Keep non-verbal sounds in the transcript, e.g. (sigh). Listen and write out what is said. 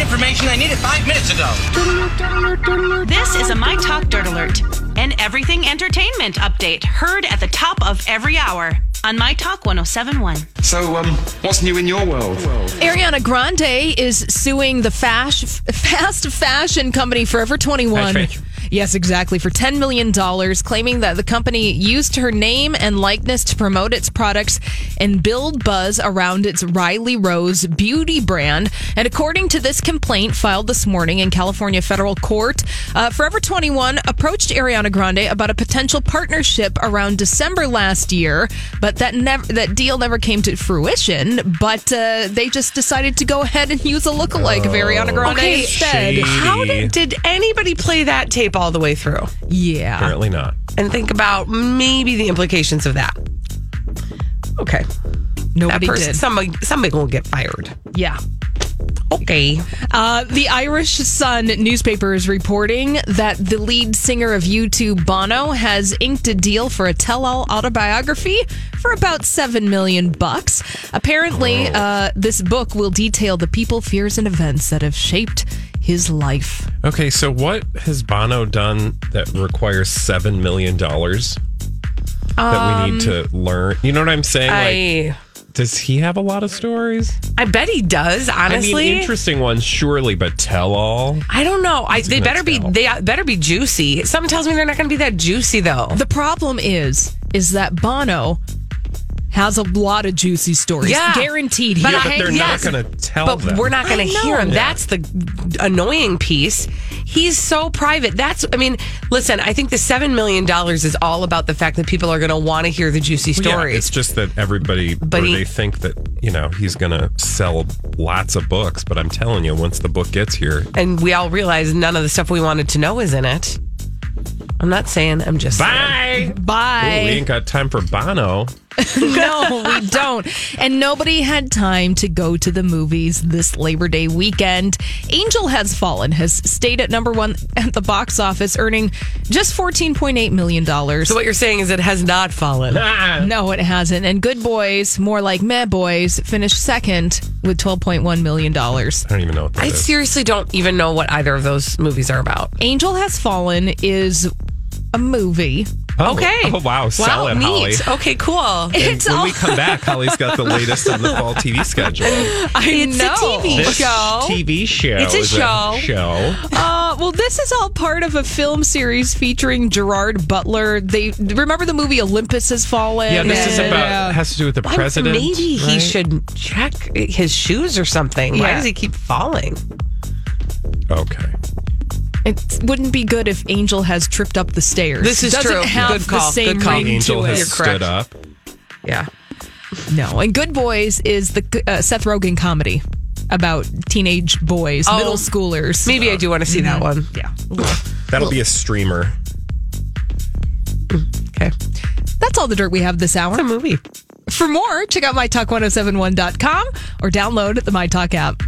information I needed five minutes ago. This is a My Talk Dirt Alert, an everything entertainment update heard at the top of every hour on My Talk 1071. So, um, what's new in your world? Ariana Grande is suing the fash, fast fashion company Forever 21. Fast fashion. Yes, exactly. For $10 million, claiming that the company used her name and likeness to promote its products and build buzz around its Riley Rose beauty brand. And according to this complaint filed this morning in California federal court, uh, Forever 21 approached Ariana Grande about a potential partnership around December last year, but that never that deal never came to fruition. But uh, they just decided to go ahead and use a lookalike of Ariana Grande Okay. instead. How did, did anybody play that tape all the way through Yeah. Apparently not. and think about maybe the implications of that? Okay. That Nobody person, did. somebody, somebody will get fired. Yeah. Okay. Uh, the Irish Sun newspaper is reporting that the lead singer of U2, Bono, has inked a deal for a tell-all autobiography for about seven million bucks. Apparently, uh, this book will detail the people, fears, and events that have shaped his life. Okay, so what has Bono done that requires $7 million that we need to learn? You know what I'm saying? Um, I like, does he have a lot of stories? I bet he does. Honestly, Uh, I mean, interesting ones, surely, but tell all. I don't know. I, they gonna better be. tell. They better be juicy. Something tells me they're not going to be that juicy though. The problem is, is that Bono has a lot of juicy stories. Yeah. Guaranteed. But He- yeah, I- but they're yes, not going to tell but them. we're not going to I hear him. know. That's the annoying piece. He's so private. That's. I mean, listen. I think the seven million dollars is all about the fact that people are going to want to hear the juicy Yeah, stories. it's just that everybody, But or he- they think that you know he's going to sell lots of books. But I'm telling you, once the book gets here, and we all realize none of the stuff we wanted to know is in it. I'm not saying. I'm just. saying. bye. Ooh, we Bye. ain't got time for Bono. (laughs) no, we don't. And nobody had time to go to the movies this Labor Day weekend. Angel Has Fallen has stayed at number one at the box office, earning just $14.8 million. So what you're saying is it has not fallen. no, it hasn't. And Good Boys, more like Meh Boys, finished second with $12.1 million. I don't even know what that I is. seriously don't even know what either of those movies are about. Angel Has Fallen is a movie. Oh, Okay. Oh wow, sell wow, it, neat. Holly. Okay, cool. It's when all, (laughs) we come back, Holly's got the latest on the fall (laughs) TV schedule. I It's a know. TV This show. TV show. It's a is show. show. Uh, well, this is all part of a film series featuring Gerard Butler. They remember the movie Olympus Has Fallen. Yeah, this is And- about has to do with the I'm- president. Oh, Maybe he right? should check his shoes or something. Why Yeah. does he keep falling? Okay. It wouldn't be good if Angel has tripped up the stairs. This is Doesn't true. Have Good The call. same Good call. ring Angel to has it. stood up. Yeah. No, and Good Boys is the uh, Seth Rogen comedy about teenage boys, Oh. middle schoolers. Maybe I do want to see that one. Mm-hmm. Yeah. That'll be a streamer. Okay. That's all the dirt we have this hour. What a movie. oh For more, check out mytalk1071.com or download the MyTalk app.